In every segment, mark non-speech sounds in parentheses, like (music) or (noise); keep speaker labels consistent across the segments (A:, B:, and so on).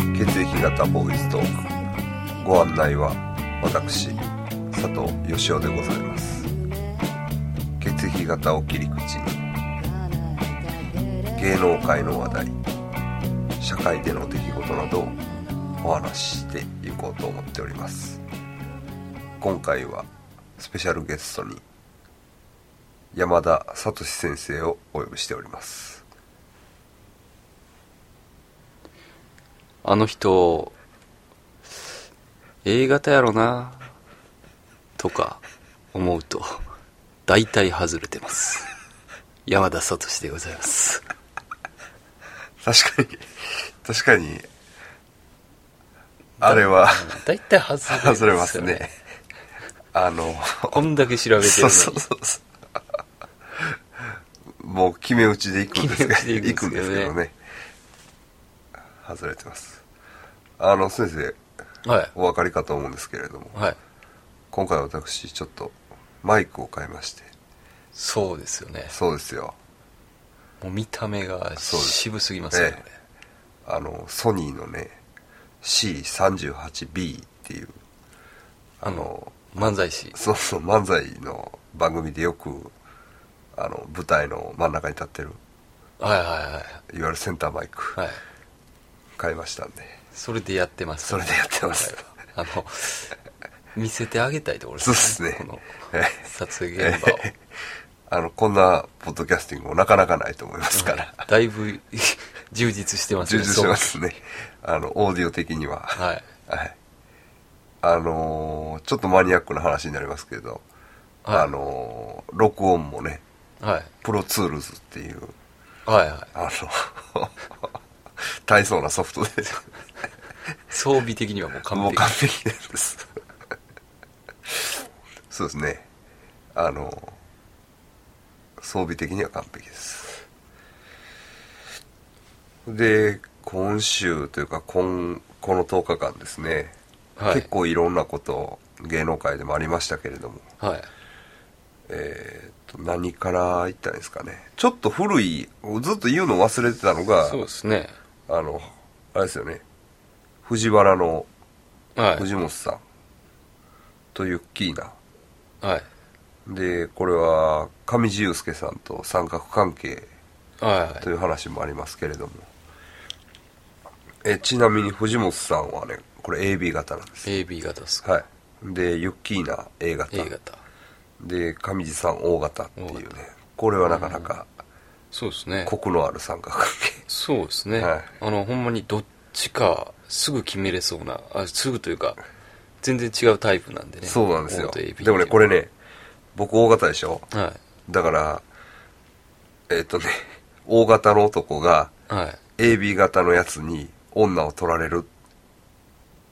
A: 平田ボーイズトークご案内は私佐藤義雄でございます血液型を切り口に芸能界の話題社会での出来事などをお話ししていこうと思っております今回はスペシャルゲストに山田聡先生をお呼びしております
B: あの人、A 型やろな、とか思うと、大体外れてます。山田聡でございます。
A: 確かに確かにあれは
B: 大体外
A: (laughs)
B: れます、
A: 外れますね。あ
B: (laughs)
A: の
B: こんだけ調べて
A: そう
B: るのに。
A: そうそうそうもう決め打ちで行くんですけ
B: 決め打
A: ど
B: ちで
A: 行
B: 行
A: く
B: く
A: ん
B: ん
A: で
B: ですす
A: け
B: け
A: ど
B: どね
A: ね外れてますあの先生
B: はい。
A: お分かりかと思うんですけれども
B: はい。
A: 今回私ちょっとマイクを変えまして
B: そうですよね。
A: そうですよ
B: もう見た目が
A: そうです
B: 渋すぎますよね。
A: えあのソニーのね C38B っていう
B: あの、漫才師。
A: そうそう漫才の番組でよくあの舞台の真ん中に立ってる
B: はいはいはい
A: わゆるセンターマイク、
B: い。はい。
A: 買いましたんで
B: それでやってます、
A: それでやってます
B: はい。あの、見せてあげたいところ
A: そうですね
B: この
A: え
B: 撮影
A: え
B: 現 (laughs) 場を。
A: あのこんなポッドキャスティングもなかなかないと思います
B: (laughs)
A: から、
B: だいぶ充実してます
A: 充
B: ね
A: 実してますねあのオーディオ的には
B: そうはい
A: はいあのーちょっとマニアックな話になりますけど、
B: はい
A: あのー録音もね
B: はい
A: プロツールズっていう
B: はいはい
A: あの (laughs) 大層なソフトで
B: 装備的にはもう完
A: もう
B: 璧
A: 完璧なんです (laughs) そうですねあの装備的には完璧ですで今週というか今この10日間ですね、
B: はい
A: 結構いろんなこと芸能界でもありましたけれども
B: はい
A: えー、と何から言ったらいいですかねちょっと古いずっと言うの忘れてたのが
B: そうですね
A: あのあれですよね藤原の
B: は
A: 藤本さんとユッキーナ
B: いはい
A: でこれは上地雄介さんと三角関係
B: はい
A: という話もありますけれどもえちなみに藤本さんはねこれ AB 型なんです、
B: AB 型ですか
A: はいでユッキーナ A 型
B: A 型
A: で上地さん O 型っていうね
B: O 型
A: これはなかなか
B: そうですね
A: コクのある三角関係
B: そうですね
A: はい
B: あのほんまにどっちかすぐ決めれそうなあすぐというか全然違うタイプなんでね
A: そうなんですよ
B: O と AB っていう
A: でもねこれね僕 O 型でしょ
B: は
A: だからえっ、とね O 型の男が
B: いはい
A: AB 型のやつに女を取られる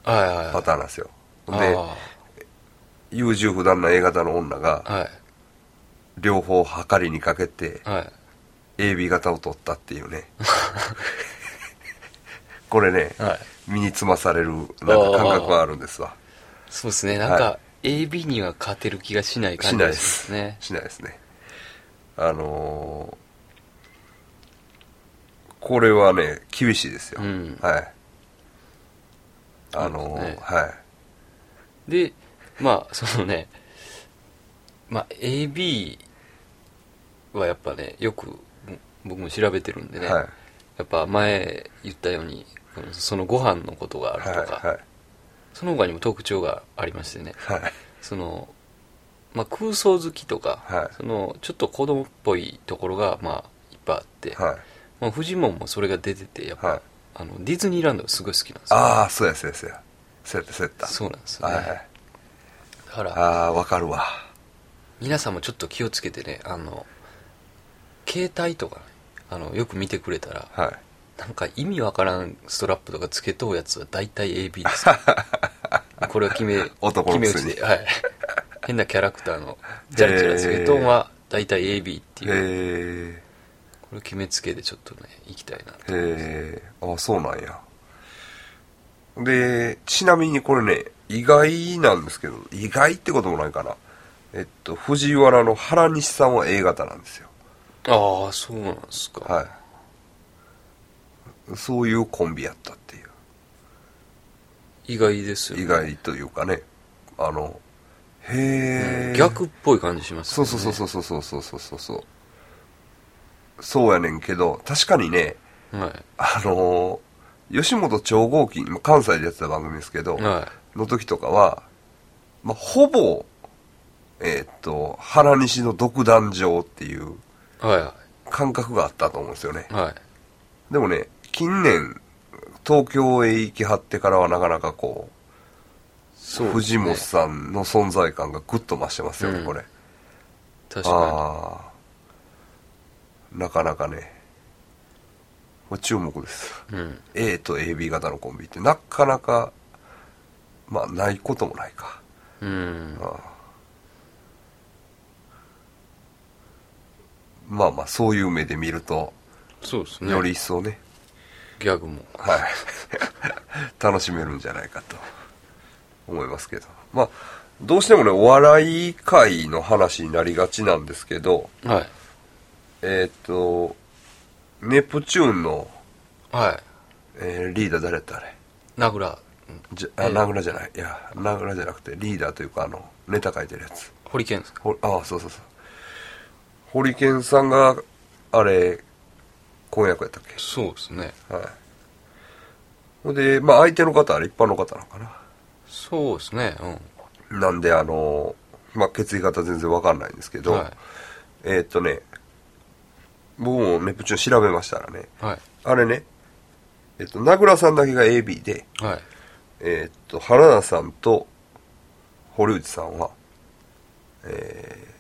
B: はいはい
A: パターンなんですよ、
B: はい
A: で優柔不断な A 型の女
B: あ
A: が
B: ーはい
A: 両方計りにかけて
B: はい
A: AB 型を取ったっていう
B: (laughs)
A: ねこれね、
B: はい
A: 身につまされるなんか感覚はあるんですわ
B: そうですねなんか AB には勝てる気がしない
A: し
B: 感
A: な
B: じ
A: い
B: が
A: で
B: しますすね
A: しないですねあのーこれはね厳しいですよ、
B: うん
A: はいあの
B: そう
A: ー
B: ですね
A: はい
B: でまあそのねまあ AB はやっぱねよくうん僕も調べてるんでね、
A: はい
B: やっぱ前言ったようにそのご飯のことがあるとか、
A: はい
B: その他にも特徴がありましてね
A: はいはい
B: その、まあ、空想好きとか、
A: はい
B: そのちょっと子供っぽいところがまあいっぱいあって、
A: はい
B: まあ、フジモンもそれが出ててやっぱ、
A: はい
B: あのディズニーランドがすごい好きなんですよ
A: ああそうやそうやそうやそうやったそうやった
B: そうなんですよね、
A: はいはい
B: だから
A: ああわかるわ
B: 皆さんもちょっと気をつけてねあの携帯とかねあのよく見てくれたら
A: はい
B: なんか意味わからんストラップとかつけとうやつは大体
A: (laughs)
B: AB ですからこれは決め
A: 男のくせに
B: 決め打ちで、はい、変なキャラクターのジャラジャラつけとうは大体 AB っていう、
A: へ
B: これ決めつけでちょっとねいきたいな
A: えへえああそうなんやでちなみにこれね意外なんですけど意外ってこともないかなえっと藤原の原西さんは A 型なんですよ
B: ああそうなんですか、
A: はいそういうコンビやったっていう
B: 意外ですよね
A: 意外というかねあのへえ、
B: 逆っぽい感じします
A: そうそうそうそうそうそうそうそうそうそうやねんけど確かにね
B: うは
A: あのー吉本超合金関西でやってた番組ですけど、
B: いは
A: の時とかは、まあ、ほぼえーっと原西の独壇場っていう
B: いは
A: 感覚があったと思うんですよね
B: いはい
A: でもね近年東京へ行きはってからはなかなかこう
B: そうですね
A: 藤本さんの存在感がぐっと増してますよね、
B: うん
A: これ
B: 確か
A: ああなかなかねもう注目です
B: にうん
A: A と AB 型のコンビってなかなかまあないこともないか
B: うん
A: ああまあまあそういう目で見ると
B: そうですね
A: より一層ね
B: ギャグも
A: はい (laughs) 楽しめるんじゃないかと思いますけどまあどうしてもねお笑い界の話になりがちなんですけど
B: はい
A: えっ、とネプチューンの、
B: は
A: えーリーダー誰やったあれ
B: い名倉うん
A: じゃあ、
B: ええ
A: 名倉じゃない。いや、名倉じゃなくて、リーダーというか、あの、ネタ書いてるやつ。
B: ホリケンですか
A: ほああ、そうそうそう。ホリケンさんが、あれ、婚約やったっけ
B: そうですね
A: はい。ほんで、まあ、相手の方は一般の方なのかな。
B: そうですね
A: なんで、あの、まあ、血液型全然わかんないんですけ
B: うん
A: ど、
B: は
A: えーっとね、僕もネプチューン調べましたらね、
B: いは
A: あれね、えっと、名倉さんだけが AB で、
B: いはい
A: えーっと原田さんと堀内さんは、えー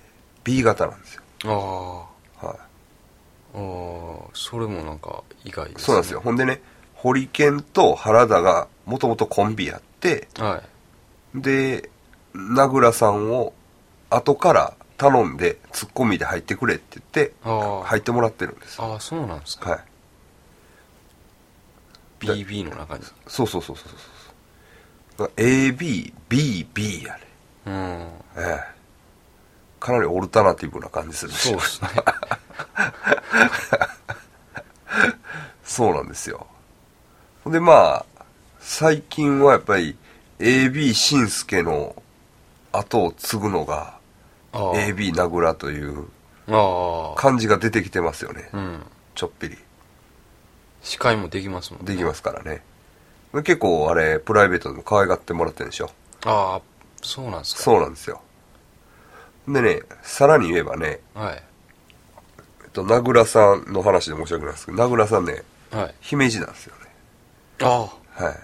A: B 型なんですよ、
B: ああ
A: は
B: あーそれもなんか意外で
A: い、
B: すね
A: そうなんですよほんでね堀健と原田がもともとコンビやって
B: は
A: で名倉さんを後から頼んでツッコミで入ってくれって言って
B: あー
A: 入ってもらってるんです
B: いああそうなんですか
A: はい
B: BB の中に
A: そうそうそうそうそうそう ABBB やね
B: うん
A: ええかなりオルタナティブな感じするでし
B: そう
A: ょ
B: ですね
A: そうなんですよ。ほんでまあ、最近はやっぱり AB 紳助の後を継ぐのが
B: ああ
A: AB 名倉という
B: ああ
A: 感じが出てきてますよね。
B: うん
A: ちょっぴり。
B: 司会もできますもんね
A: できますからね。結構あれ、プライベートでも可愛がってもらってるでしょ。
B: ああそうなんですか
A: そうなんですよ。でね、さらに言えばね、
B: はい
A: えっと、名倉さんの話で申し訳ないですけど、名倉さんね、
B: はい
A: 姫路なんですよね。
B: あ
A: はい。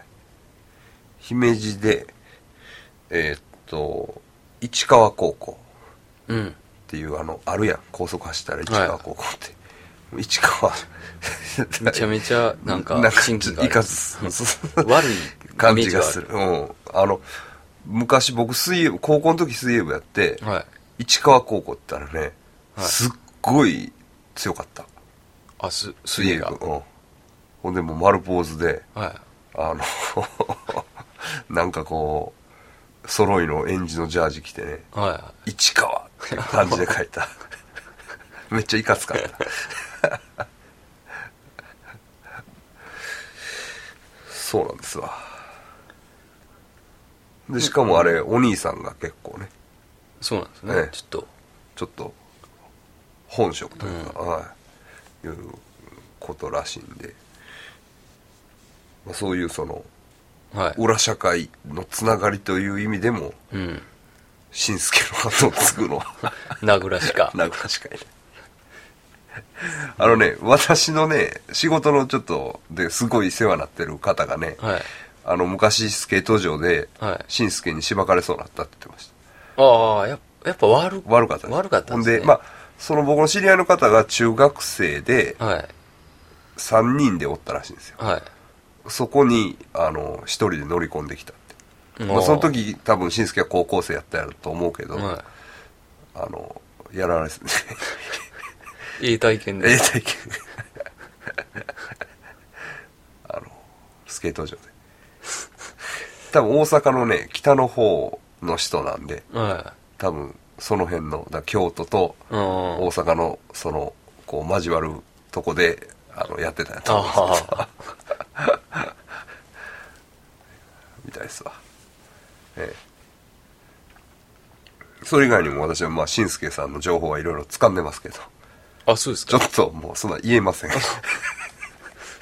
A: 姫路で、えーっと、市川高校
B: あうん
A: っていう、あの、あるやん。高速走ったら市川高校って。市川、
B: めちゃめちゃなんか
A: ちょ
B: 新
A: っと
B: 規
A: いかず、そう
B: 悪い
A: 感じがす
B: イ
A: る。うん。あの、昔僕水泳部、高校の時水泳部やって、
B: メージがあるはい
A: 市川高校って言ったらね、
B: はい
A: すっごい強かった。
B: あす水
A: 水
B: 泳
A: 泳
B: が
A: 部。うん。ほんでもう丸ポーズで、
B: は
A: あの、 (laughs) なんかこう、揃いの園児のジャージ着てね、
B: いは
A: 市川っていう感じで書いた。 (laughs) めっちゃいかつかった。 (laughs) そうなんですわ。で、しかもあれ、お兄さんが結構ね、
B: いそうなんです
A: え
B: ね
A: え
B: ちょっと
A: ちょっと、本職というか、はい、いうことらしいんで、まあ、そういうその、
B: はい
A: 裏社会のつながりという意味でも
B: うん
A: 新助の後を継ぐのは (laughs)
B: 名倉しか
A: 名倉しかいないあのね私のね仕事のちょっとですごい世話になってる方がね、
B: はい
A: あの昔スケート場で
B: はい
A: 新助にしばかれそうになったって言ってました
B: ああやっぱやっぱ悪
A: 悪かったです
B: 悪かった
A: ほ
B: で
A: ん
B: すね
A: でまあその僕の知り合いの方が中学生で
B: はい
A: 3人でおったらしいんですよ
B: はい
A: そこにあの1人で乗り込んできたってまあ、その時多分新助は高校生やったやろと思うけど、
B: は
A: あの、やられですね。 (laughs)
B: いいい体験
A: ええ
B: で
A: 体験。 (laughs) あの、スケート場で。多分大阪のね、北の方の人なんで、
B: は
A: 多分その辺の、だから京都と
B: いうん
A: 大阪の、その、こう交わるとこで、あの、やってたんやと思うんです
B: あ
A: けどたいですわええそれ以外にも私はまあしんすけさんの情報はいろいろ掴んでますけど
B: あ、そうです
A: ちょ
B: か。
A: っともうそんな言えません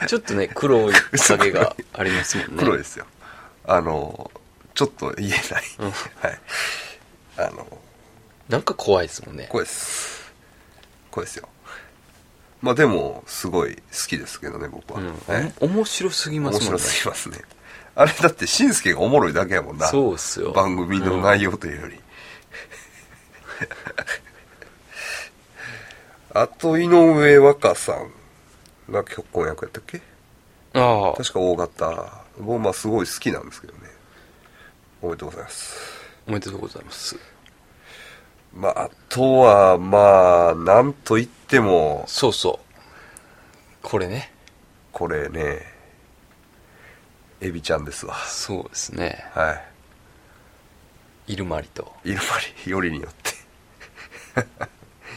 B: ちょっとね、黒い影がありますもんね。
A: 黒いですよあのちょっと言えない、はいあの
B: なんか怖いですもんね。
A: これですこれですよまあでもすごい好きですけどね僕は、
B: うん
A: はい
B: お面白すぎま
A: 面
B: すもん
A: 白
B: ね。
A: すぎますねあれだってしんすけがおもろいだけやもんな
B: そうっすよ。
A: 番組の
B: うん
A: 内容というより、 (laughs) あと井上和歌さんが結婚役やったっけ
B: ああ、
A: 確か大型僕まあすごい好きなんですけどねおめでとうございます
B: おめでとうございます。
A: まああとはまあなんといっても
B: そうそう。これね。
A: これねエビちゃんですわ
B: そうですね。
A: は
B: イルマリと。
A: いイルマリよりによっ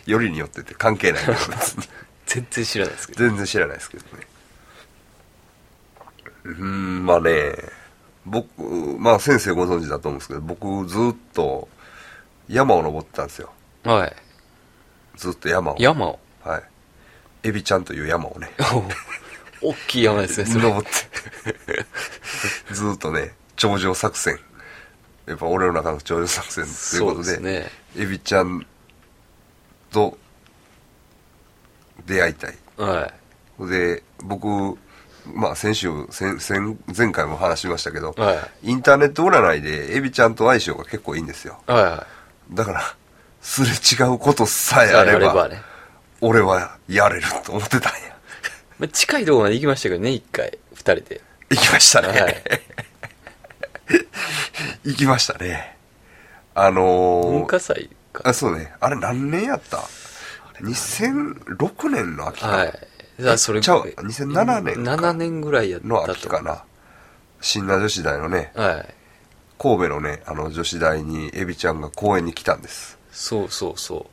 A: て (laughs) よりによってって関係ないけど別に (laughs)
B: 全然知らないですけど。
A: 全然知らないですけどねうーんまあね僕まあ先生ご存知だと思うんですけど僕ずっと山を登ってたんですよ
B: はい。
A: ずっと山を
B: 山を。
A: はいエビちゃんという山をね
B: お大きい山ですね、それ。
A: 登って (laughs) ずっとね頂上作戦やっぱ俺の中の頂上作戦という
B: そ
A: こ
B: う
A: と
B: です
A: で
B: ね。
A: エビちゃんと出会いたい
B: は
A: で僕、まあ、先週先先前回も話しましたけど、
B: い。はい。
A: インターネット占いでエビちゃんと相性が結構いいんですよ
B: はいは
A: だからすれ違うことさえ
B: い。
A: あれば
B: ね。
A: 俺はやれると思ってたんや
B: まあ、近いところまで行きましたけどね、一回、二人で。
A: 行きましたね、
B: はい
A: (laughs) 行きましたねあの
B: 文
A: ー、
B: 化祭か。
A: あそうねあれ何年やった2006年の秋か、
B: はい。じゃあ、それ
A: ちゃう2007年か
B: 7年ぐらいやったと
A: の秋かな新羅女子大のね
B: はい。
A: 神戸のねあの女子大にエビちゃんが公園に来たんです
B: そうそうそ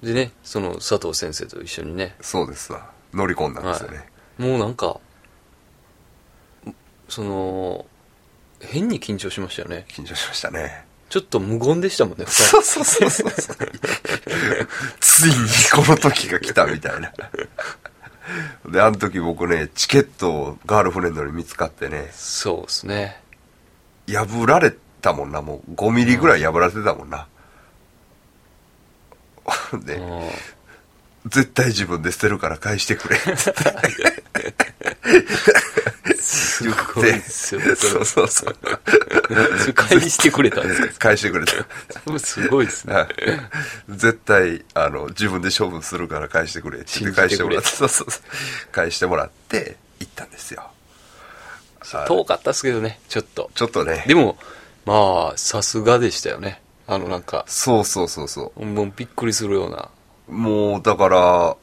B: う。でね、その佐藤先生と一緒にね、
A: そうですわ乗り込んだんですよね、
B: もうなんか、その、変に緊張しましたよね。
A: 緊張しましたね
B: ちょっと無言でしたもんね、二人
A: そうそうそうそうそうついにこの時が来たみ
B: (laughs)
A: たいなであの時僕ねチケットをガールフレンドに見つかってね
B: そうですね。
A: 破られたもんなもう5ミリぐらい破られてたもんな、で、
B: うん
A: 絶対自分で捨てるから返してくれつって
B: す
A: 言っ
B: ごい
A: て
B: ですよ、
A: (laughs) そうそうそう
B: それ返してくれたんです
A: 返してくれた
B: かすごいですね。
A: はい (laughs) 絶対あの自分で処分するから返してくれって言って
B: 信
A: 返
B: じ
A: してて
B: く
A: も
B: れ
A: らって (laughs) そうそうそう返してもらって行ったんですよはい
B: 遠かったですけどね、ちょっと。
A: ちょっとね
B: でも、まあ、さすがでしたよね。あの、なんか、
A: そうそうそうそ
B: もうびっくりするような。
A: うもうだから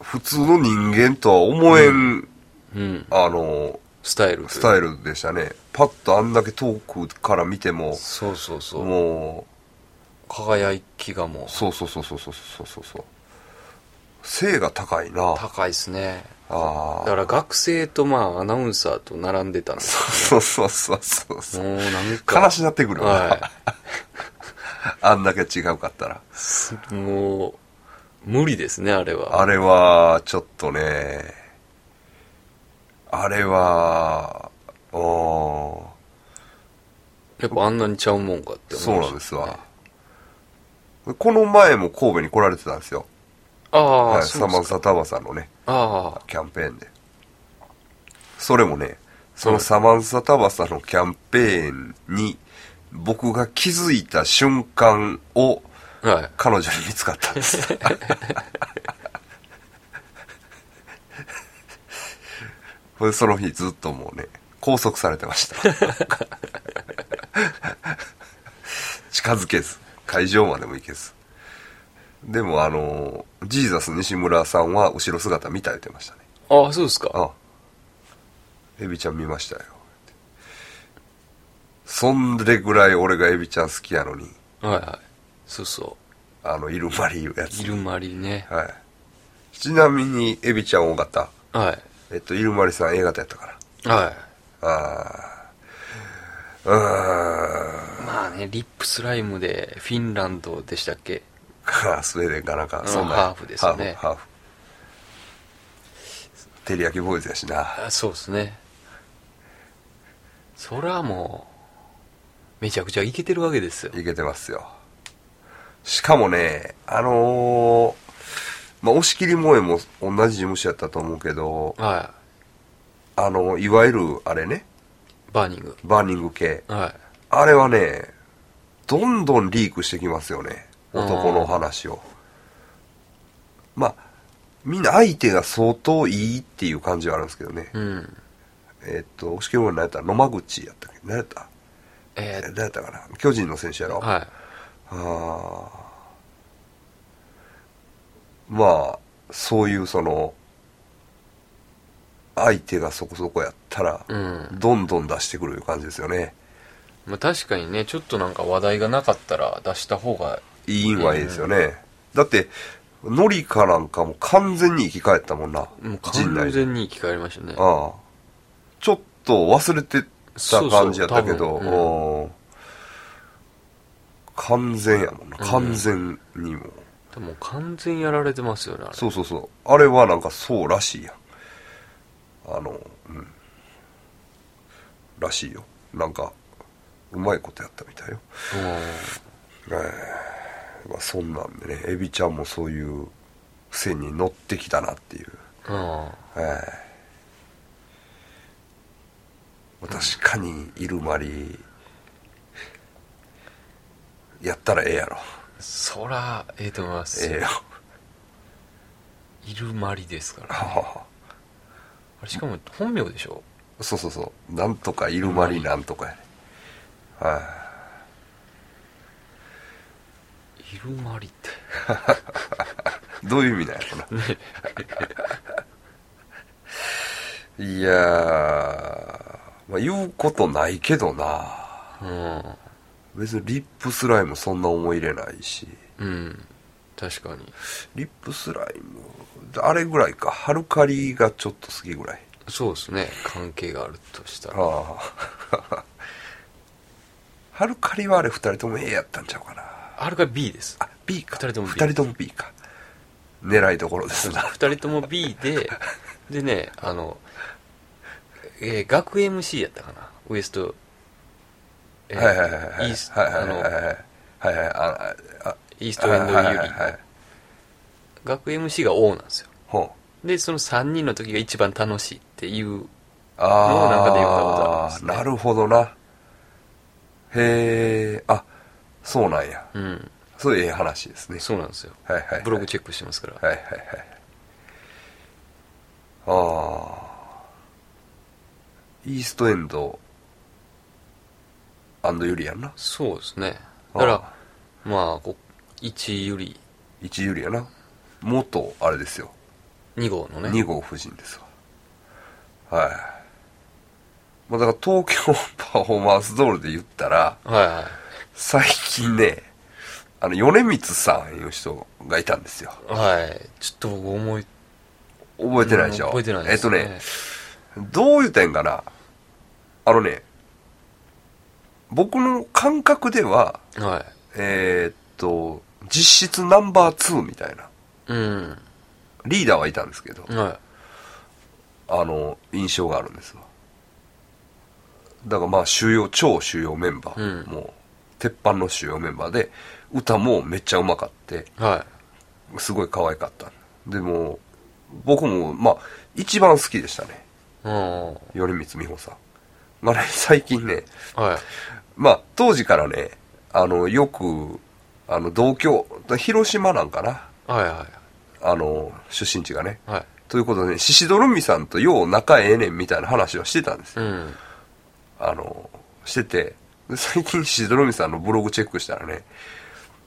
A: 普通の人間とは思えん、
B: うん。
A: あの
B: スタイルという
A: スタイルでしたねパッとあんだけ遠くから見ても
B: そうそうそう。
A: も
B: 輝きがもう
A: う、そうそうそうそうそうそうそうそう背が高いなあ
B: 高いですね。だ
A: あ
B: から学生とまあ、アナウンサーと並んでたんで
A: (laughs)
B: す
A: そうそうそうそうそう
B: よ。もうなんか。
A: 悲しなってくるよな、
B: は
A: あんだけ違うかったら
B: いす。もう、無理ですね、あれは。
A: あれはちょっとねあれはおー
B: やっぱあんなにちゃうもんかって思
A: そう
B: いました
A: なんですわ、この前も神戸に来られてたんですよ
B: ああ、
A: はい
B: そ
A: サ
B: うで
A: マン
B: す
A: サタバさんのね
B: ああ、
A: キャンペーンでそれもねそのサマンサタバサのキャンペーンに僕が気づいた瞬間を
B: はい。
A: 彼女に見つかったんですこれでその日ずっともうね拘束されてました (laughs) 近づけず会場までも行けずでもあのジーザス西村さんは後ろ姿見た言ってましたね
B: ああ、そうですか。
A: あエビちゃん見ましたよそんでぐらい俺がエビちゃん好きやのに
B: はいはい。そうそ
A: あのイルマリーやつ
B: う。イルマリね。
A: はい。ちなみに、エビちゃん大型。
B: は
A: えっと、イルマリさん A 型やったか
B: い。は
A: ら。ああ。うーん
B: まあねリップスライムでフィンランドでしたっけ
A: かスウェーデンかなんか、
B: うん
A: そんな
B: ハーフですよね
A: ハーフハーフ照り焼きボーイズやしな
B: あそうですねそれはもうめちゃくちゃイケてるわけですよ
A: いけてますよしかもねあのーまあ、押切萌えも同じ事務所やったと思うけど、
B: は
A: あの、いわゆる、あれね、
B: いバーニング
A: バーニング系。
B: は
A: あれはね、どんどんリークしてきますよね。男の話を。まあ、みんな相手が相当いいっていう感じはあるんですけどね。
B: いうん
A: えっと、押切も何やった野間口やったっけ何やった
B: えー
A: 何やったかな巨人の選手やろ、あ
B: はい
A: あまあ、そういうその、相手がそこそこやったら、
B: うん
A: どんどん出してくるいう感じですよね。
B: まあ、確かにねちょっとなんか話題がなかったら出した方が
A: いいんはいいですよね。だって、ノリカなんかも完全に生き返ったもんな。
B: もう
A: 陣内
B: 完全に生き返りましたね
A: ああちょっと忘れてた感じやったけ
B: そ
A: ど
B: うそう多分
A: うん完全やもんな完全にも、
B: でも完全やられてますよねあれ
A: そうそうそうあれはなんかそうらしいやんあのうんらしいよなんかうまいことやったみたいよ、まあ、そんなんでねエビちゃんもそういう線に乗ってきたなっていう
B: うんうん
A: はい、確かにイルマリやったらええやろ
B: そらええと思います、
A: ええよ (laughs)
B: いるまりですから、
A: は
B: ね、
A: はは
B: あれしかも本名でしょ
A: そうそうそうなんとかイルマリなんとかやねはい
B: いるまりって
A: どういう意味なんやろないやー、まあ、言うことないけどな
B: うん
A: 別にリップスライムそんな思い入れないし
B: うん確かに
A: リップスライムあれぐらいかハルカリがちょっと好きぐらい
B: そうですね関係があるとしたら
A: ああ (laughs) ハルカリはあれ2人とも A やったんちゃうかな
B: あれが B です
A: あ B か
B: 二人とも B
A: 二人とも B か狙いどころですな
B: 2人とも B ででねあの、えー、学 MC やったかなウエスト、えー
A: はいはいはいはい
B: イース
A: はいはい
B: あ
A: はい
B: の
A: はいはいあああ
B: イーストエンドユ
A: はいはい
B: ー
A: はい
B: リ学 MC が O なんですよ
A: ほう
B: でその3人の時が一番楽しいっていう
A: ああ
B: なんかで言ったことありますね
A: なるほどなへえあそうなんや
B: うん
A: そういうええ話ですね
B: そうなんですよ
A: はいはいはい
B: ブログチェックしてますから、
A: はいはいはいああイーストエンドアンドユリやんな
B: そうですねだから
A: あ
B: まあこ1より
A: 1ユリやな元あれですよ、
B: 2号のね
A: 2号夫人ですわはいまあだから東京パフォーマンスドールで言ったら
B: はいはい
A: 最近ねあの米光さんいう人がいたんですよ
B: はい。ちょっと僕思い、
A: 覚えてないでしょ
B: 覚えてな
A: え
B: いで
A: っと
B: す
A: ねどういう点かなあのね、僕の感覚では、
B: ね。は
A: えーっと、実質ナンバー2みたいな、
B: い。うん。
A: リーダーはいたんですけど、
B: は
A: あの、印象があるんですわ。だからまあ、主要、超主要メンバー、
B: うん
A: もう、鉄板の主要メンバーで、歌もめっちゃうまかって、
B: い。は
A: すごい可愛かった。でも、僕も、まあ、一番好きでしたね。
B: い。うん。
A: 米光美穂さん。まあね、最近ね、
B: はい。
A: まあ、当時からね、あの、よく、あの、同居、広島なんかな、
B: はいは
A: あの、出身地がね。
B: い。はい。
A: ということでね、シシドルミさんとよう仲ええねんみたいな話はしてたんですよ。
B: うん。
A: あの、してて、で最近シシドルミさんのブログチェックしたらね、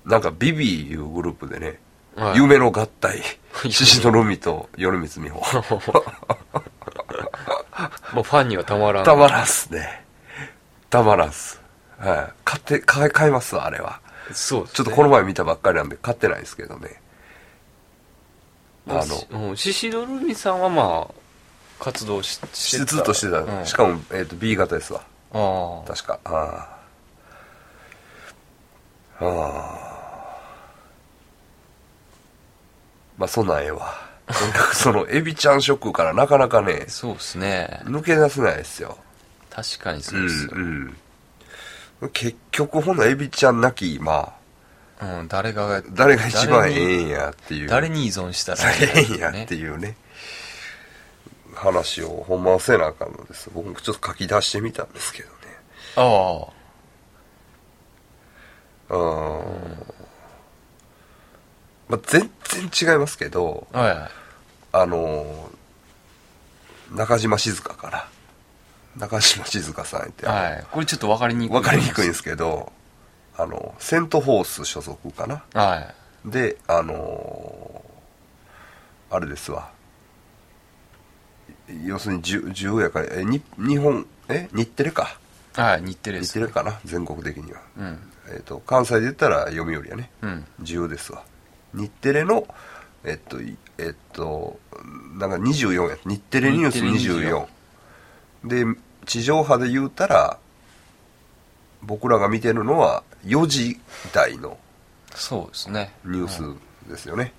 A: なんかビビいうグループでね、
B: はい (laughs)
A: 夢の合体、シシドルミと米光美穂。
B: もうファンにはたまらん。
A: たまらんっすね。たまらんっす。はい。買って、買い、買いますわ、あれは。
B: そうですね。
A: ちょっとこの前見たばっかりなんで買ってないですけどね。あの、
B: の、うん、シシドルミさんはまあ、活動し
A: しずっとしてた。し
B: も、
A: かも、えっ、と、B 型ですわ。
B: ああ
A: 確かあああーまあそんなんええわとにかくそのエビちゃんショックからなかなかね
B: そうですね
A: 抜け出せないですよ
B: 確かにそうですよ、うん
A: ん、うん、結局ほなエビちゃんなき今
B: 誰が
A: 誰が一番え
B: 誰
A: え
B: に
A: んやっていう
B: 誰に依存したら
A: ええんや
B: ね
A: っていうね話をほんまはせなあかんのです僕もちょっと書き出してみたんですけどね
B: ああ
A: うん、まあ、全然違いますけど
B: はいはい
A: あの中島静香から中島静香さんって、
B: はい、これちょっと分かりにくい
A: 分かりにくいんですけどあのセント・フォース所属かな
B: は
A: であのーあれですわ要するに10 10やからえに日本え日テレか
B: いはい日テレで
A: 日
B: す
A: テレかな全国的には、
B: うん
A: えっと関西で言ったら読売やね
B: うん
A: 10ですわ日テレのえっといえっとなんか24や日テレニュース
B: 日テレ
A: 24で地上波で言うたら僕らが見てるのは4時台の
B: そうですね
A: ニュースですよね、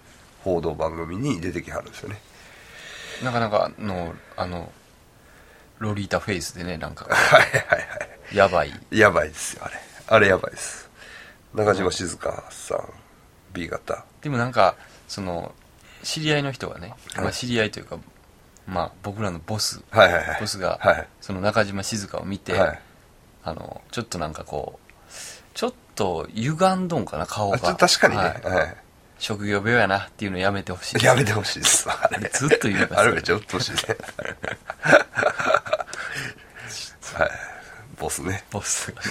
A: 報道番組に出てきはるんですよね (laughs)
B: なかなかのあのロリータフェイスでねなんか
A: はいはいは
B: やばい
A: いやばいですよあれあれやばいです中島静香さん、B 型
B: (laughs) でもなんかその知り合いの人がね、
A: はい
B: まあ、知り合いというかまあ僕らのボス
A: はいはいはい
B: ボスが
A: はい
B: その中島静香を見て、
A: はい
B: あのちょっとなんかこうちょっと歪んどんかな顔
A: あ
B: が
A: ちょ確かにね、
B: は
A: はいい
B: 職業病やなっていうのやめてほしいです
A: やめてほしいですあれ
B: ずっと言います
A: あれめっちゃうっとうしい
B: (laughs)
A: ねはいボスね
B: ボスがね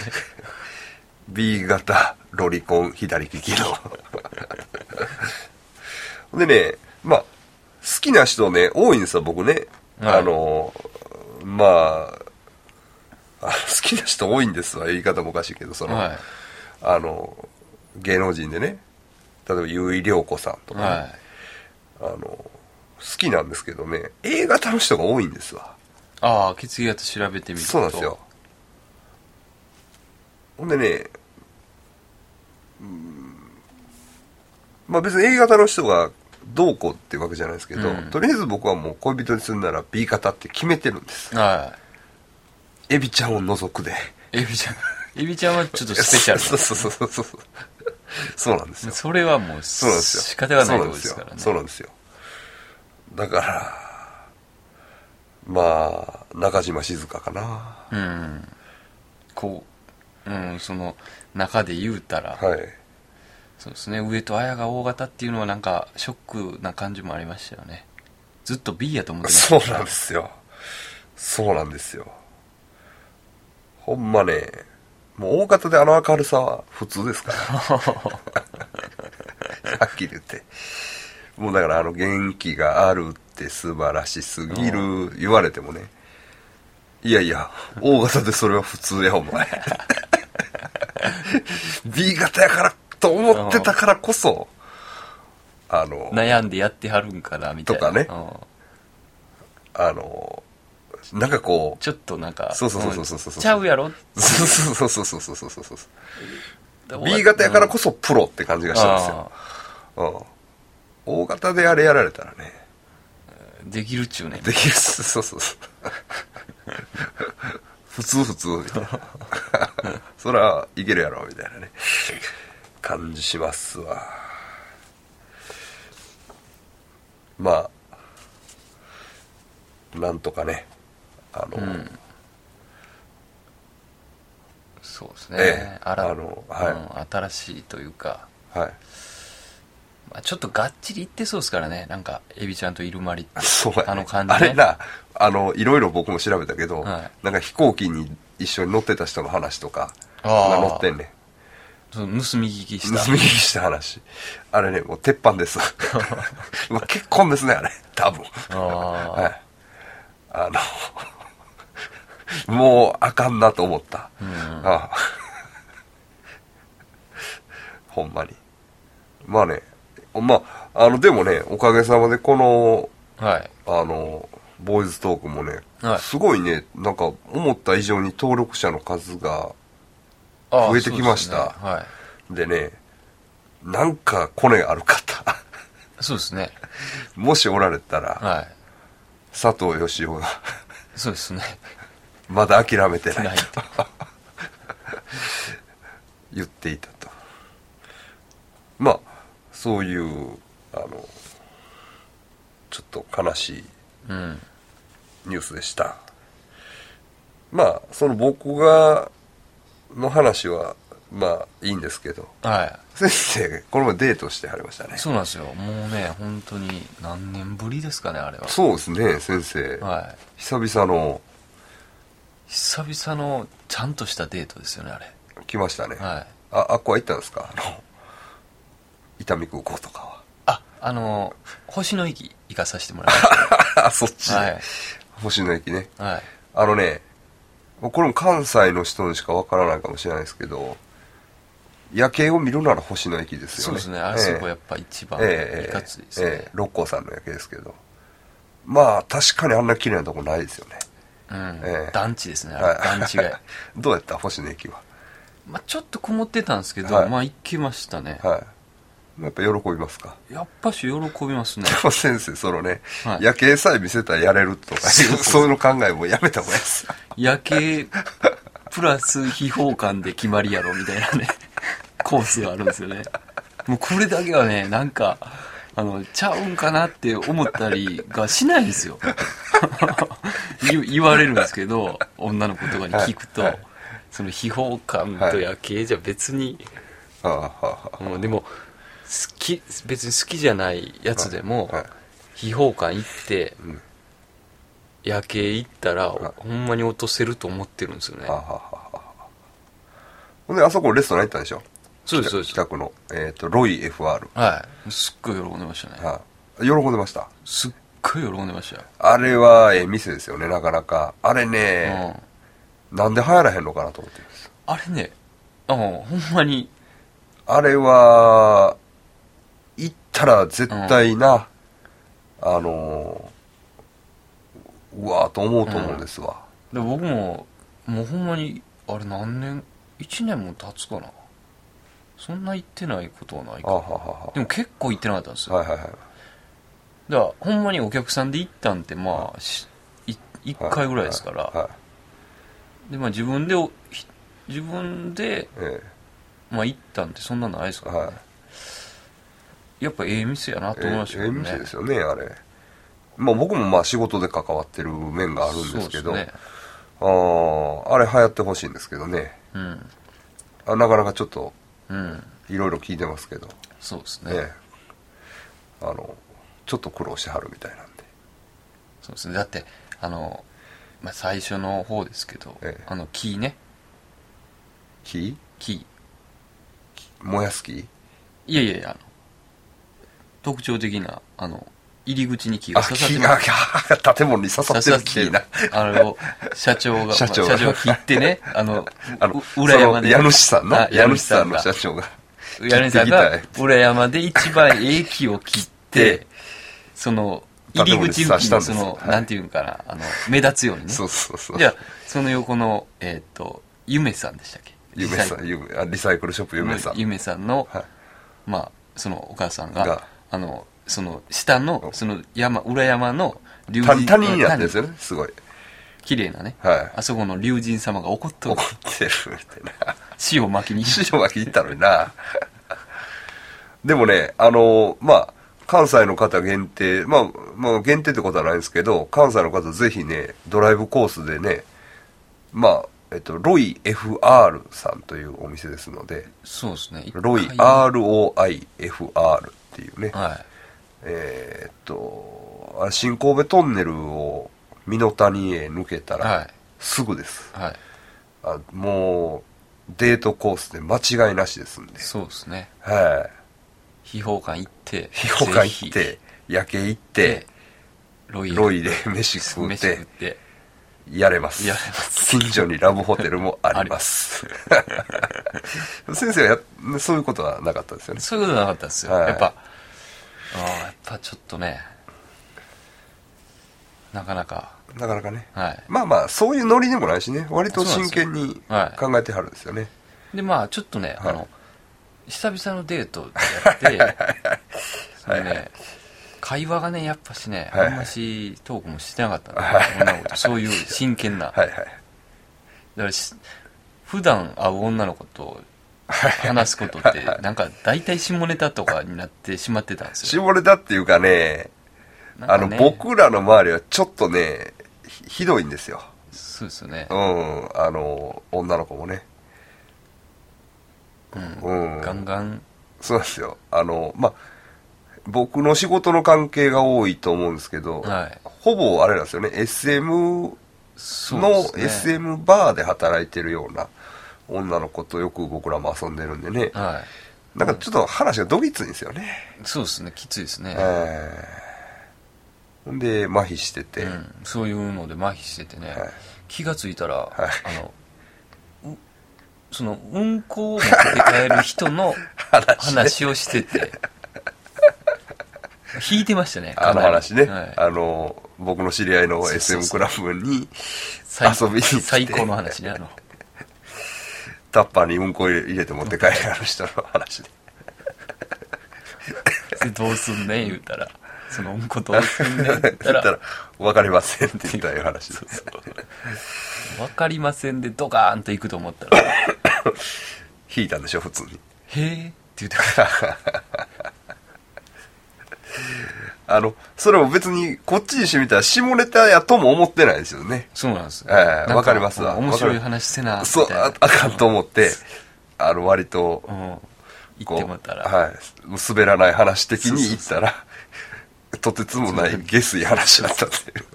A: B 型ロリコン左利きのでねまあ好きな人ね多いんですよ僕ね、
B: はい
A: あのまああ好きな人多いんですわ言い方もおかしいけど (laughs) その、
B: は
A: あの芸能人でね例えば結衣涼子さんと
B: い
A: か、ね
B: はい
A: あの好きなんですけどね A 型の人が多いんですわ
B: ああ血液と調べてみると
A: そうなんですよほんでねうんまあ別に A 型の人がどうこうってわけじゃないですけど、
B: うん
A: とりあえず僕はもう恋人にするなら B 型って決めてるんです
B: は
A: エビちゃんを除くで
B: いエビちゃんエビちゃんはちょっとスペシャル
A: (laughs) そうそうそうそうそうそうなんですよ
B: それはもう
A: そうなんですよ
B: 仕方がないことですからね
A: そうなんですよそうなんですよだからまあ中島静香かな
B: うんこう、うん、その中で言うたら、
A: はい
B: そうですね上と綾が大型っていうのはなんかショックな感じもありましたよねずっと B やと思ってました
A: そうなんですよ。そうなんですよ。ほんまね、もう大方であの明るさは普通ですから。はっきり言って。もうだからあの元気があるって素晴らしすぎる言われてもね。いやいや、大型でそれは普通や、お前。B 型やからと思ってたからこそ、あの、
B: 悩んでやってはるんかなみたいな
A: とかね
B: うん
A: あの、なんかこう、
B: ちょっとなんか
A: そうそうそうそうそうそうん
B: ちゃうやろ
A: そうそうそうそうそうそうそうそう。B 型やからこそプロって感じがしたんですよ。うん。大型であれやられたらね、
B: うんできるっちゅうねん
A: できるっす。そうそうそう。普通普通みたいな。そら、いけるやろみたいなね。感じしますわ。まあ、なんとかね、あの、
B: うんそうですね、
A: ええ
B: あら
A: あのはい
B: うん新しいというか、
A: はい。
B: まあ、ちょっとがっちりいってそうですからねなんかエビちゃんとイルマリって
A: そうやね、
B: あの感じ
A: あ
B: ね
A: れな、あの、いろいろ僕も調べたけど、
B: は
A: なんか飛行機に一緒に乗ってた人の話とか、
B: あー
A: が載ってんねん。
B: その盗み聞きし
A: (laughs)
B: た
A: 盗み聞きした話。あれね、もう鉄板
B: (laughs)
A: です。もう結婚ですね、あれ。多分。
B: ああ、
A: はい。あの、もうあかんなと思った。
B: うん
A: ああほんまに。まあね、まあ、あの、でもね、おかげさまでこの、
B: はい
A: あの、ボーイズトークもね、
B: はい
A: すごいねなんか思った以上に登録者の数が
B: ああ
A: 増えてきました
B: そうですねはい
A: でねなんかコネある方 (laughs)
B: そうですね
A: もしおられたら、
B: はい
A: 佐藤義雄が (laughs)
B: そうですね
A: まだ諦めてな
B: ないい
A: と
B: と
A: (laughs) 言っていたとまあそういうあのちょっと悲しい
B: うん
A: ニュースでしたまあその僕がの話はまあいいんですけど
B: は
A: 先生この前デートしてはりましたね
B: いそうなんですよもうね本当に何年ぶりですかねあれは
A: そうですね先生、
B: はい
A: 久々の
B: 久々のちゃんとしたデートですよねあれ
A: 来ましたね、
B: はい
A: ああっこは行ったんですかあの伊丹空港とか
B: ああの星の息行かさせてもらい
A: (laughs)
B: (laughs)
A: はあそっ
B: ま
A: ち、
B: したはい
A: 星野駅ね
B: はい
A: あのねこれも関西の人にしかわからないかもしれないですけど夜景を見るなら星野駅ですよね
B: そうですねあれ
A: ええ
B: そこやっぱ一番い
A: ええ
B: かついです
A: え
B: ね
A: え六甲山の夜景ですけどまあ確かにあんな綺麗なとこないですよね
B: うん
A: ええ
B: 団地ですねあれ
A: はい
B: 団地が
A: (laughs) どうやった星野駅は
B: まあちょっと曇ってたんですけど
A: はい
B: まあ行きましたね
A: はいやっぱ喜びますか (laughs)
B: やっぱし喜びますね
A: でも先生そのね、
B: はい
A: 夜景さえ見せたらやれるとかいう
B: そう
A: そういうの考えもやめた方がいいです (laughs)
B: 夜景プラス秘宝感で決まりやろみたいな
A: (laughs)
B: ねコースがあるんですよねもうこれだけはねなんかあのちゃうんかなって思ったりがしないんですよ (laughs) 言言われるんですけど女の子とかに聞くと、
A: はいはい
B: その秘宝感と夜景じゃ別に、
A: ああはあは
B: もうでも好き別に好きじゃないやつでも、
A: あはい
B: 秘宝館行って、
A: ん
B: 夜景行ったら、
A: はい
B: ほんまに落とせると思ってるんですよね、
A: はあはあはあはあほんであそこレストラン行ったんでしょ
B: そうですそうです
A: 北区の、えー、とロイ FR
B: はいすっごい喜んでましたね
A: あ喜んでました
B: すっごい喜んでましたよ、
A: あれはええ店ですよねなかなかあれ
B: うん
A: ね、なんで流行らへんのかなと思ってるんです
B: あれねうんほんまに
A: あれは行ったら絶対な、あのーうわーと思うと思うんですわ、
B: で僕ももうほんまにあれ何年1年も経つかなそんな行ってないことはない
A: あは
B: か
A: はは
B: でも結構行ってなかったんですよ、
A: はいはいはい
B: だからほんまにお客さんで行ったんってまあしい一
A: はい
B: 回ぐらいですから、
A: はいはい
B: でまあ自分でおひ自分で、
A: え
B: まあ、行ったんってそんなのないです
A: え
B: から、ね
A: はい
B: やっぱええ店やなと思いました
A: え
B: け
A: え
B: どね、
A: 店ですよねあれまあ僕もまあ仕事で関わってる面があるんですけ
B: そ
A: ど
B: うですね
A: あーあれ流行ってほしいんですけどね
B: うん
A: あなかなかちょっと
B: うん
A: いろいろ聞いてますけど、ね
B: そうですね
A: えあのちょっと苦労してはるみたいなんで
B: そうですねだってあの、まあ、最初の方ですけど、
A: ええ
B: あの木ね
A: 木
B: 木
A: もやすき
B: いやいやいやあの特徴的なあの入り口に木が
A: あ
B: 刺さって
A: 木
B: る
A: が建物に刺さってる木な
B: あれを社長が
A: 社長が
B: まあ社長切っ
A: (laughs)
B: てねあの
A: あの
B: う裏山で
A: その家主さんな
B: あ
A: 家主さんの
B: 家主さ
A: 社
B: んが
A: 長が
B: 柳さん
A: 切っ
B: が
A: て
B: 裏山で一番ええ木
A: (laughs)
B: を切っ
A: 切って
B: てその入り口付近の
A: 建物に刺した
B: そ
A: んです
B: の、
A: はい
B: なんていうんかなあの目立つようにね
A: そうそうそう
B: じゃあその横のえっ、と夢さんでしたっけ
A: ゆめさんゆめあリサイクルショップゆめさん
B: ゆめさんの、
A: はい
B: まあそのお母さんが
A: が
B: あのその下のその山裏山の龍
A: 他他人になってるんです
B: よ
A: よねすごい
B: 綺麗なね、
A: はい
B: あそこの龍神様が怒っと
A: 怒
B: る
A: ってるみたいな
B: 死を巻きに
A: 師匠が聞いたのにな (laughs) でもねあのまあ関西の方限定まあまあ限定ってことはないんですけど関西の方ぜひねドライブコースでねまあえっとロイ FR さんというお店ですので
B: そうですね
A: ロイ
B: 一回
A: ROIFR っていうね
B: はい
A: えーっとあ新神戸トンネルを美濃谷へ抜けた
B: は
A: ら
B: い
A: すぐです、
B: はい
A: あもうデートコースで間違いなしですんで
B: そうですね
A: はい
B: 秘宝館行って
A: 秘宝館行って
B: ぜ
A: 夜景行っ
B: ひ
A: て
B: ロイ
A: ロイで飯食っ
B: 飯食ってて
A: やれます
B: やれます
A: 近所にラブホテルもあります (laughs) 先生はやそういうことはなかったですよね
B: そういうことなかったですよ、
A: はい
B: やっぱああやっぱちょっとねなかなか。
A: なかなかね
B: はい。
A: まあまあそういうノリでもないしね割と真剣に
B: そうなんですよ
A: 考えてはるんですよね
B: で、まあ、ちょっとね、
A: はい
B: あの、久々のデートやって、そのね、会話がね、やっぱしね、
A: はいはい
B: あんましトークもしてなかったんで、女の子とそういう真剣な。だ
A: はいはい
B: からし、普段会う女の子と話すことって、なんか大体下ネタとかになってしまってたんですよ。
A: 絞れたっていうかね
B: な
A: あ
B: ん
A: の
B: かね
A: 僕らの周りはちょっとねひひどいんですよ
B: そうですよね
A: う。んあの女の子もね
B: うん。
A: うん
B: ガンガン。
A: そうなんですよあのまあ僕の仕事の関係が多いと思うんですけど、
B: はい
A: ほぼあれなんですよね SM
B: そうで
A: の
B: すね
A: SM バーで働いてるような女の子とよく僕らも遊んでるんでね、
B: は
A: なんかちょっと話がどぎついんですよね、
B: い。そうですね、きついですね。
A: えーんで麻痺してて、
B: うん、そういうので麻痺しててね、
A: はい
B: 気がついたら、
A: はい
B: あのうそのうんこを持って帰る人の話をしてて引いてましたね
A: あの話ね、
B: はい、
A: あの僕の知り合いの
B: そうそう
A: SM
B: そ
A: ク
B: う
A: ラブに
B: 最
A: 遊びに来て
B: 最高の話ねあの
A: タッパーにうんこ入れ入れて持って帰るあの人の話で
B: でどうすんねん言うたらそのうんこどうすん
A: (laughs)
B: ねん言
A: 言っ
B: った
A: た
B: ら
A: ら分かりませんって言ったいう話で
B: そうそうわかりませんでドカーンと行くと思ったらへ
A: 引いたんでしょ普通に (laughs)
B: えって言って
A: あのそれも別にこっちにしてみたら下ネタやとも思ってないですよね
B: そうなんです
A: ええ
B: なんか
A: わかりますわ
B: 面白い話せなみた
A: そう
B: いな
A: ああかんと思ってあの割と
B: うん、行
A: こ
B: っ
A: う
B: てもらったら、
A: はい、滑らない話的に言ったらとてつもない下水話だったっていう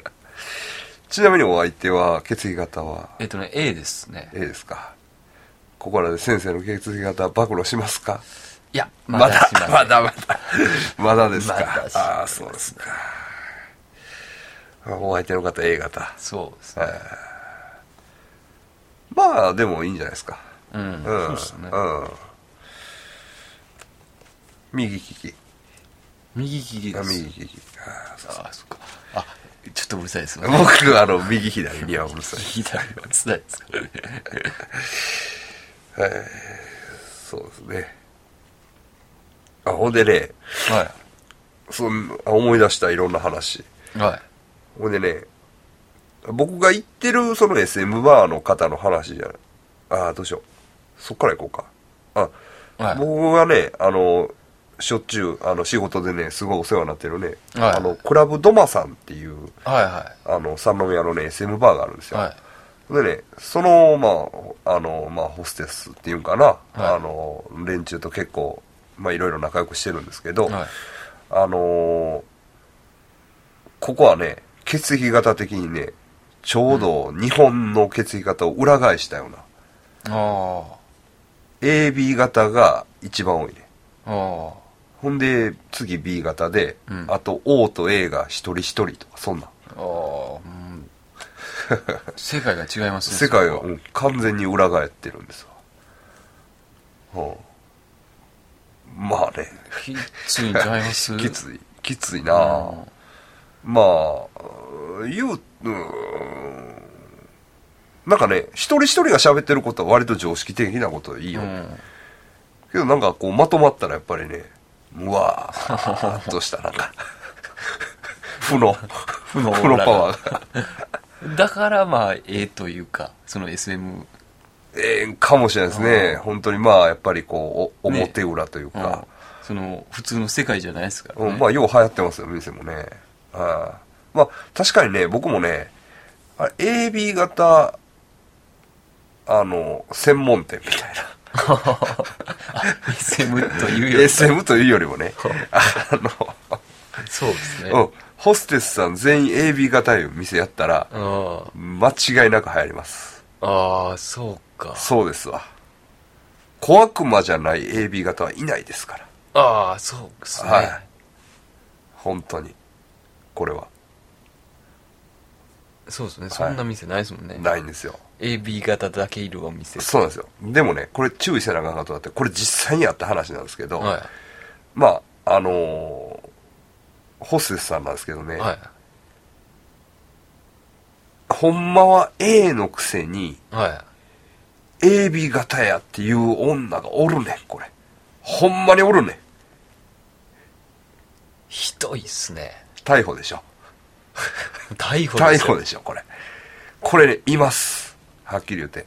A: (laughs) ちなみにお相手は血液型は
B: えっとね A ですね
A: A ですかここらで先生の血液型暴露しますか
B: いやま
A: まだ
B: だしません
A: まだまだ (laughs) まだですか、
B: まだしません
A: ああそうですかお相手の方 A 型
B: そうですね
A: まあでもいいんじゃないですか
B: うん、
A: うん
B: そうですね、
A: うん右利き
B: 右利きです
A: 右利きあー
B: あそっかあちょっとうるさいですね
A: 僕あの右左にはうるさい
B: 左はつらいですからね
A: そうですねあほんでね
B: は
A: そんあ思い出したいろんな話
B: いはい
A: ほんでね僕が行ってるその SM バーの方の話じゃないああどうしようそっから行こうかあ、
B: はい
A: 僕がねあのしょっちゅうあの仕事でねすごいお世話になってるね、
B: はい
A: あのクラブドマさんっていう
B: はいは
A: あの三宮のね SM バーがあるんです
B: い
A: よ、
B: はい
A: でね、その、まあ、あの、まあ、ホステスっていうんかな、
B: はい
A: あの、連中と結構、まあ、いろいろ仲良くしてるんですけど、
B: はい
A: あのーここはね、血液型的にね、ちょうど日本の血液型を裏返したような、
B: あ
A: AB 型が一番多いね。
B: ああ
A: ほんで、次 B 型で、
B: うん
A: あと O と A が一人一人とか、そんなん。
B: あああうん
A: (laughs)
B: 世界が違いますね
A: 世界を
B: そこは
A: うん完全に裏返ってるんですわ、はあ、まあね
B: きついんちゃいま
A: (laughs)
B: す
A: きついきついなあ、
B: あ
A: まあ言ううーんなんかね一人一人が喋ってることは割と常識的なことでいいよ、
B: うん
A: けどなんかこうまとまったらやっぱりねうわーっとしたなん
B: (laughs)
A: か負の負
B: のオーラが
A: パワーが
B: だからまあ A というかその SM
A: ええかもしれないですね本当にまあやっぱりこうお
B: ね
A: 表裏というか、
B: うんその普通の世界じゃないですから、ね
A: うん、まあ、よう流行ってますよ、店もね。あまあ、確かにね、僕もね、あれ AB 型、あの、専門店みたいな。
B: (laughs) SM というより
A: SM というよりも
B: (laughs)
A: ね、あの、
B: そうですね
A: うん、ホステスさん全員 AB 型いう店やったら、
B: あ
A: 間違いなく流行ります。
B: あそうか
A: そうですわ。小悪魔じゃない AB 型はいないですから。
B: ああそうですね、
A: はい。本当に。これは、
B: そうですねそんな店ないですもんね、
A: ないんですよ。
B: AB 型だけいるお店
A: そうなんですよ。でもね、これ注意せなあかんことだって、これ実際にあった話なんですけど、
B: は
A: まあ、あのーホステスさんなんですけどね、
B: いはい
A: ほんまは A のくせに
B: は
A: AB 型やっていう女がおるねんこれほんまにおるねん
B: い。ひどいっすね。
A: (laughs) 逮捕でしょ
B: 逮捕で
A: 逮
B: す
A: 捕
B: よ。
A: でしょこれこれねいますはっきり言って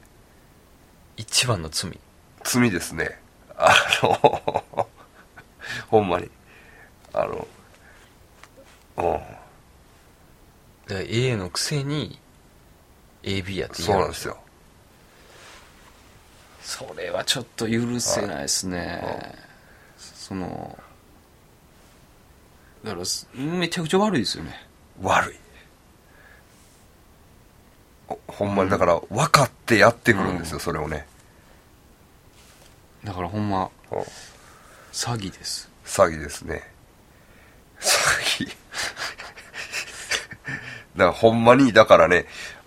B: 一番の罪。
A: 罪ですねあの (laughs) ほんまにあのうん
B: だから A のくせに AB やって
A: そうなんです
B: よ
A: よ
B: それはちょっと許せないですね、そのだからすめちゃくちゃ悪いですよね
A: 悪いほほんまにだから分かってやってくるんですよ、それをね、
B: だからほんま
A: うん
B: 詐欺です
A: 詐欺ですね詐欺 (laughs) だからほんまにだからね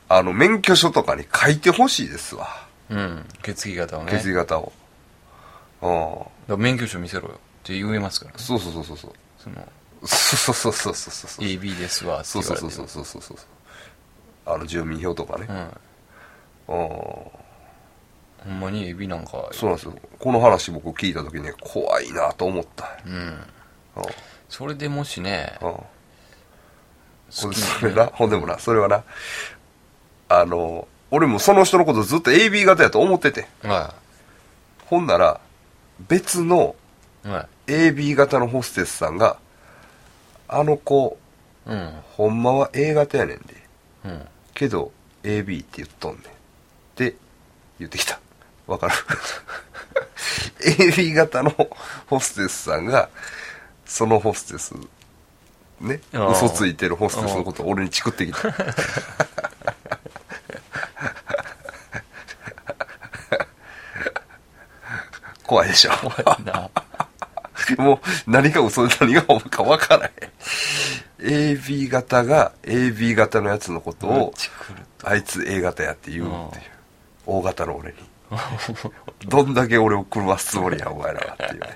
A: あの免許証とかに書いてほしいですわ
B: うん血液型をね
A: 血液型を、うん
B: だから免許証見せろよって言えますからね
A: そうそうそうそうそう
B: その
A: そうそうそうそうそうそう
B: AB ですわって
A: そ
B: 言
A: う
B: わ
A: そう
B: れて
A: そうそうそうそうそうあの住民票とかね
B: う、ん
A: うん
B: ほんまに AB なんか
A: そうなんですよこの話僕聞いた時ね怖いなと思った
B: うん
A: うん
B: それでもしね
A: うんほ
B: 好
A: んで
B: きな
A: それなほんでもなそれはなあの俺もその人のことずっと AB 型やと思ってて
B: は
A: ほんなら別の
B: いは
A: AB 型のホステスさんが「あの子
B: いうん
A: ほんまは A 型やねんで
B: (laughs) うん
A: けど AB って言っとんねん」って言ってきたわかる (laughs) AB 型のホステスさんがそのホステスね
B: あー
A: 嘘ついてるホステスのことを俺にチクってき
B: (laughs)
A: た怖いでしょ
B: 怖いな
A: もう何が嘘で何がほんまか分からへん AB 型が AB 型のやつのこと
B: ど
A: を
B: っち来る
A: あいつ A 型やって言うっていう O 型の俺に
B: と
A: どんだけ俺を狂わすつもりやお前らはってい
B: (laughs)
A: うね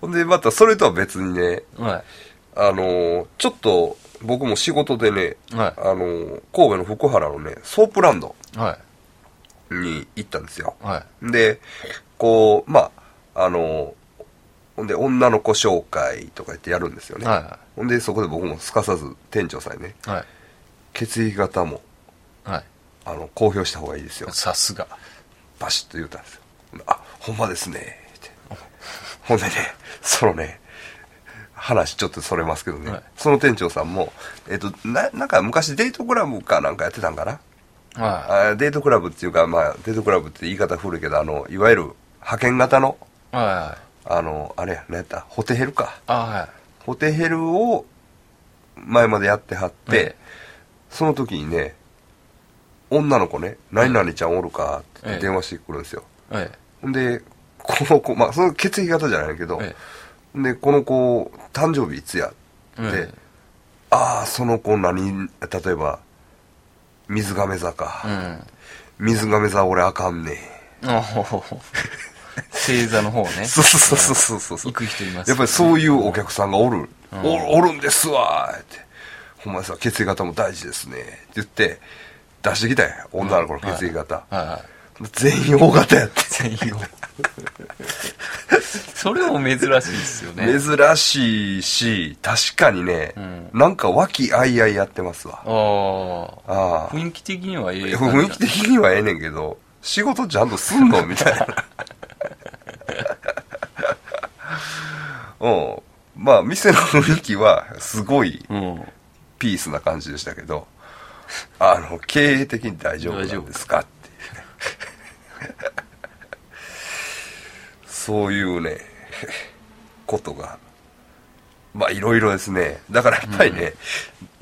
A: ほんでまたそれとは別にね
B: は
A: あのーちょっと僕も仕事でね、
B: いは
A: あのー神戸の福原のねソープランド
B: いはい
A: に行ったんですよ
B: はい
A: でこうまああのほんで女の子紹介とか言ってやるんですよね、
B: は
A: ほんでそこで僕もすかさず店長さんにね
B: いはい
A: 血液型も
B: はい
A: あの公表した方がいいですよ
B: さすが
A: バシッと言うたんですよほんであほんまですねってほんでねそのね話ちょっとそれますけどね、
B: はい
A: その店長さんも、えっとななんか昔デートクラブかなんかやってたんかな
B: は
A: あデートクラブっていうか、まあ、デートクラブって言い方古いけどあのいわゆる派遣型の
B: いはいはい
A: あの、あれや、何やったホテヘルか。
B: あは
A: ホテヘルを前までやってはって、
B: ええ
A: その時にね、女の子ね、何々ちゃんおるかっ
B: え
A: て
B: え
A: 電話してくるんですよ。
B: いはい
A: ほんで、この子、まあ、その血液型じゃないけど、
B: え
A: ほんで、この子、誕生日いつやって、
B: ええ
A: ああ、その子何、例えば、水亀座
B: う
A: か。
B: ん
A: 水亀座俺あかんね
B: おほほ星座の方ね
A: そうそうそうそうそうそう。
B: 行く人います
A: やっぱりそういうお客さんがおる、
B: うん
A: おおるんですわーって「ほんまにさ血液型も大事ですね」って言って出してきたんや女の子の血液型、
B: はいはい
A: 全員 O 型やって、
B: 専用 (laughs) それも珍しいですよね
A: 珍しいし確かにね、
B: うん
A: なんか和気あいあいやってますわ
B: ああ
A: ああ
B: 雰囲気的にはええ感
A: 雰
B: じ
A: 囲気的にはええねんけど仕事ちゃんとすんのみた
B: (laughs)
A: いなうんまあ店の雰囲気はすごい
B: うん
A: ピースな感じでしたけど、あの、経営的に大丈夫なんですかっていうね。そういうね、ことが、まあいろいろですね。だからやっぱりね、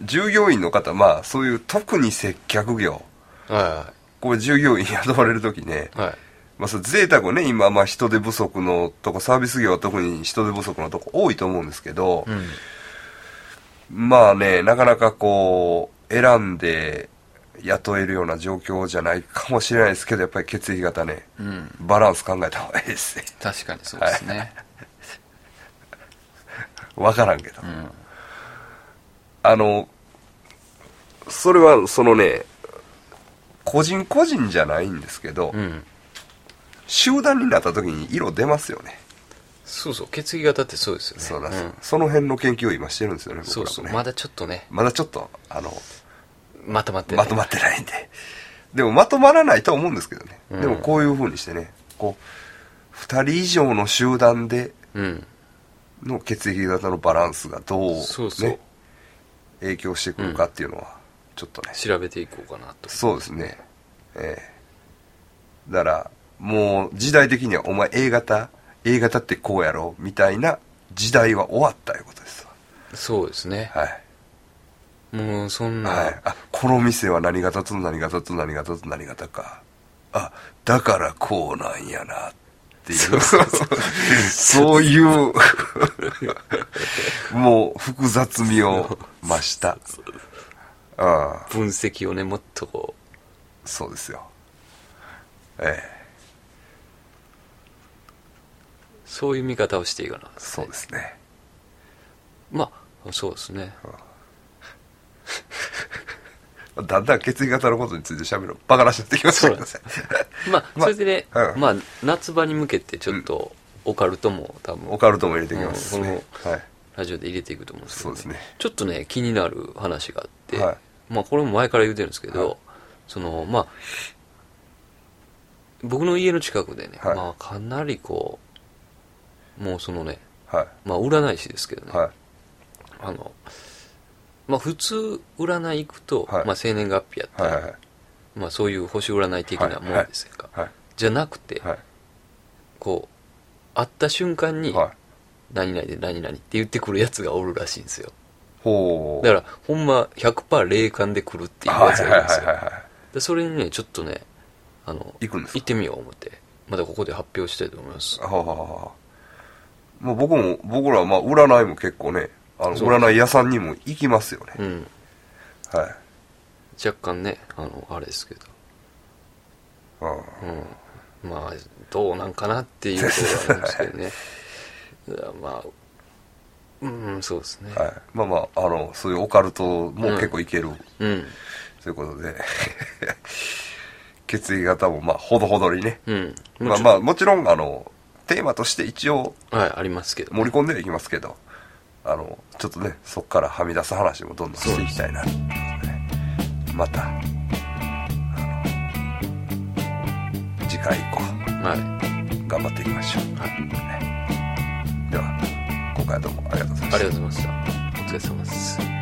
A: 従業員の方、まあそういう特に接客業、
B: は
A: これ従業員雇われるときね
B: い、はい
A: まあそれ贅沢ね、今まあ人手不足のとこ、サービス業は特に人手不足のとこ多いと思うんですけど、
B: うん
A: まあね、なかなかこう、選んで雇えるような状況じゃないかもしれないですけど、やっぱり血液型ね、
B: うん
A: バランス考えた方がいいですね。 (laughs)
B: 確かにそうですね
A: わからんけど。
B: うん
A: あの、それはそのね個人個人じゃないんですけど、
B: うん
A: 集団になった時に色出ますよね
B: そうそう血液型ってそうですよね
A: そうなん
B: う
A: です、
B: ん
A: その辺の研究を今してるんですよね僕ら
B: そ
A: も
B: う
A: ね
B: そうまだちょっとね
A: まだちょっとあの
B: まとまってない
A: まとまってないんででもまとまらないとは思うんですけどね、
B: うん
A: でもこういう風にしてねこう2人以上の集団で
B: うん
A: の血液型のバランスがどう,、ね、
B: そうそう
A: 影響してくるかっていうのはちょっとね、
B: 調べていこうかなと
A: そうですねええだからもう時代的にはお前 A 型 A 型ってこうやろみたいな時代は終わったいうことですわ
B: そうですね
A: はい、
B: もうそん
A: は、
B: ない
A: あこの店は何型と何型と何型と何型かあだからこうなんやなっていう
B: そうそうそう
A: (laughs) そういう (laughs) もう複雑味を増したああ
B: 分析をねもっとこう
A: そうですよええ
B: そういう見方をしていいかな
A: そうですね
B: まあそうですね
A: だんだん血液型のことについて喋るバカらしになってきましたけどね
B: まあ
A: まあ
B: それでね
A: うん
B: まあ夏場に向けてちょっとオカルトも多
A: (laughs)
B: 分
A: オカルトも入れていきます
B: うん
A: ね、はい
B: ラジオで入れていくと思うんですけど、
A: そうですね
B: ちょっとね気になる話があって、
A: はい
B: まあこれも前から言うてるんですけど、
A: はい
B: そのまあ僕の家の近くでね、
A: はい
B: まあかなりこうもうそのね
A: は
B: まあ占い師ですけど
A: い
B: ね、
A: はい
B: あのまあ普通占い行くと、
A: はい
B: まあ生年月日やった
A: は
B: り、
A: いはいはい
B: まあそういう星占い的なもんですが、
A: はい
B: じゃなくて、
A: はい
B: こう会った瞬間に、
A: はい
B: 何々で何々って言ってくるやつがおるらしいんですよ
A: ほう
B: だからほんま100%霊感で来るっていう
A: は
B: や
A: い
B: つ
A: はい
B: がいるん
A: は
B: で
A: い
B: す
A: は
B: よ
A: いは
B: でそれにねちょっとねあの
A: い行くんですか
B: 行ってみよう思ってまたここで発表したいと思います
A: はあはあはあもう僕も僕らはまあ占いも結構ねあの
B: そう
A: 占い屋さんにも行きますよね、
B: うん
A: はい
B: 若干ねあのあれですけど
A: うん
B: うんまあどうなんかなっていうところはある
A: (laughs)
B: んですけどねだからまあうんそうですね、
A: はい、まあまああのそういうオカルトも結構いける、
B: うん
A: ということで (laughs) 血液型もまあほどほどにね
B: うん
A: まあまあもちろんあのテーマとして一応
B: あはいありますけど
A: 盛り込んではいきますけどあのちょっとねそこからはみ出す話もどんどんしていきたいな、ねまたあの次回以降
B: はい、
A: 頑張っていきましょう
B: はい、あ
A: では今回はどうもありがとうございました
B: りがとうございましたお疲れ様です